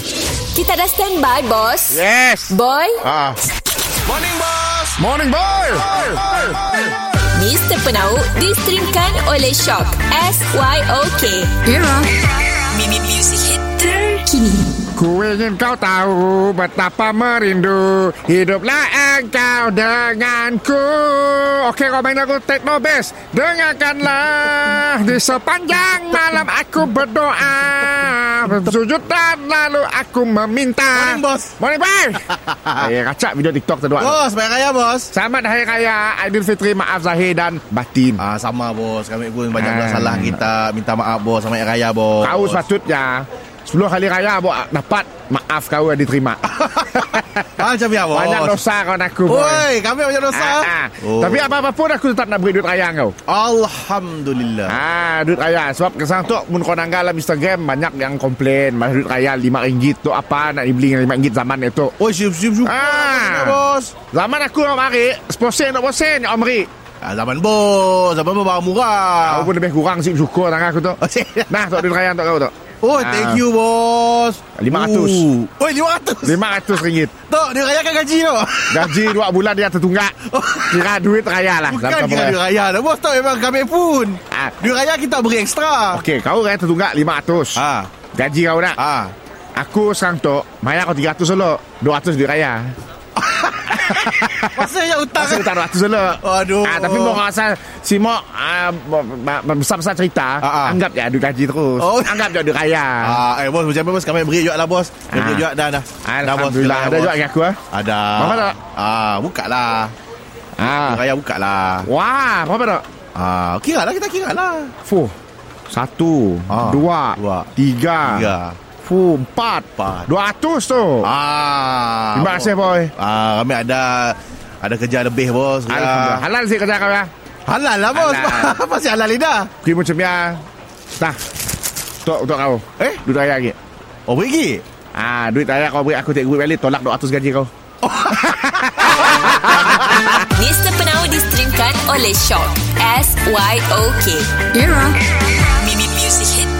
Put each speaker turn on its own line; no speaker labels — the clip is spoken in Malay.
Cita dah standby, bos.
Yes.
Boy,
Ah.
Morning, boss.
Morning, boy.
Mr. Penau distrimkan oleh Shock. S-Y-O-K. Era. Mimi Music Hit terkini.
Ku ingin kau tahu betapa merindu Hiduplah engkau denganku Okey, kau main aku techno bass Dengarkanlah Di sepanjang malam aku berdoa Sujud dan lalu aku meminta
Morning, boss. Oh.
Morning, boy Eh, kacak video TikTok terdoa
Bos, baik raya, bos.
Selamat Hari Raya Aidilfitri Maaf Zahir dan Batin
Ah, sama, bos. Kami pun banyak dah
Ah.
salah kita. Minta maaf, bos. Sama Raya, bos.
Kau sepatutnya Sebelum hari raya Abang dapat Maaf kau yang diterima
Ah, macam ya, bos.
Banyak dosa kau nak aku boy.
Oi, kami banyak Oh, dosa. Oh.
Ah, ah. Tapi apa-apa pun aku tetap nak beri duit raya kau
Alhamdulillah.
Ah, duit raya Sebab kesang tu Mun kau nanggal lah Mr. Game Banyak yang komplain Mas duit raya RM5 tu apa Nak dibeli dengan RM5 zaman itu
Oi, siup, siup, siup.
Ah.
bos.
Zaman aku orang mari 10 sen 20 sen Orang mari
Ah, zaman bos. Zaman bos barang murah.
Aku pun lebih kurang sih Syukur tangan aku tu Nah, tak duit raya untuk kau tu
Oh,
Ah.
thank you, bos.
500.
Uh. Oi, 500.
RM500 ringgit
Tok, dia rayakan gaji, tau.
Gaji 2 bulan dia tertunggak Kira duit raya lah
Bukan
Dalam
kira
kapal.
duit raya dah, bos. Tok, memang kami pun.
Ah.
Duit raya kita beri ekstra.
Okey, kau raya tertunggak 500. Ha?
Ah.
Gaji kau nak. Ha?
Ah.
Aku sekarang tu, maya kau 300 solo. 200 duit raya.
Maksudnya utang.
Aku tak 200 solo.
Aduh.
Ah, tapi mau rasa si Mok ah, b- b- besar-besar cerita,
Ah, ah.
anggap je duit gaji terus.
Oh.
Anggap je duit raya.
Ah, eh bos macam mana bos? Kami beri juga lah bos. Kami
Ah.
beri juga dah dah. Dah, bos.
Alhamdulillah.
Dah,
Ada
bos.
juga dengan aku ah.
Ada.
Berapa tak?
Ah, buka lah.
Ah.
Raya buka lah.
Wah, berapa tak?
Ah, kira lah kita kira lah.
Fuh. Satu,
Ah,
dua,
dua,
tiga,
Tiga.
fuh, empat,
Empat.
dua ratus tu.
Ah.
Terima
bos.
kasih, boy.
Ah, kami ada ada kerja lebih bos. Ya.
Alhamdulillah. Halal sih kerja kau ya.
Halal lah bos.
Halal.
Masih halal lidah.
Kau macam ya. Nah, untuk, untuk kau.
Eh?
Duit raya lagi.
Oh, pergi.
Ah, duit raya kau beri aku tiap duit balik tolak 200 gaji kau.
Mr. Penau distrimkan oleh Shock. S-Y-O-K. Era. Mimi Music Hit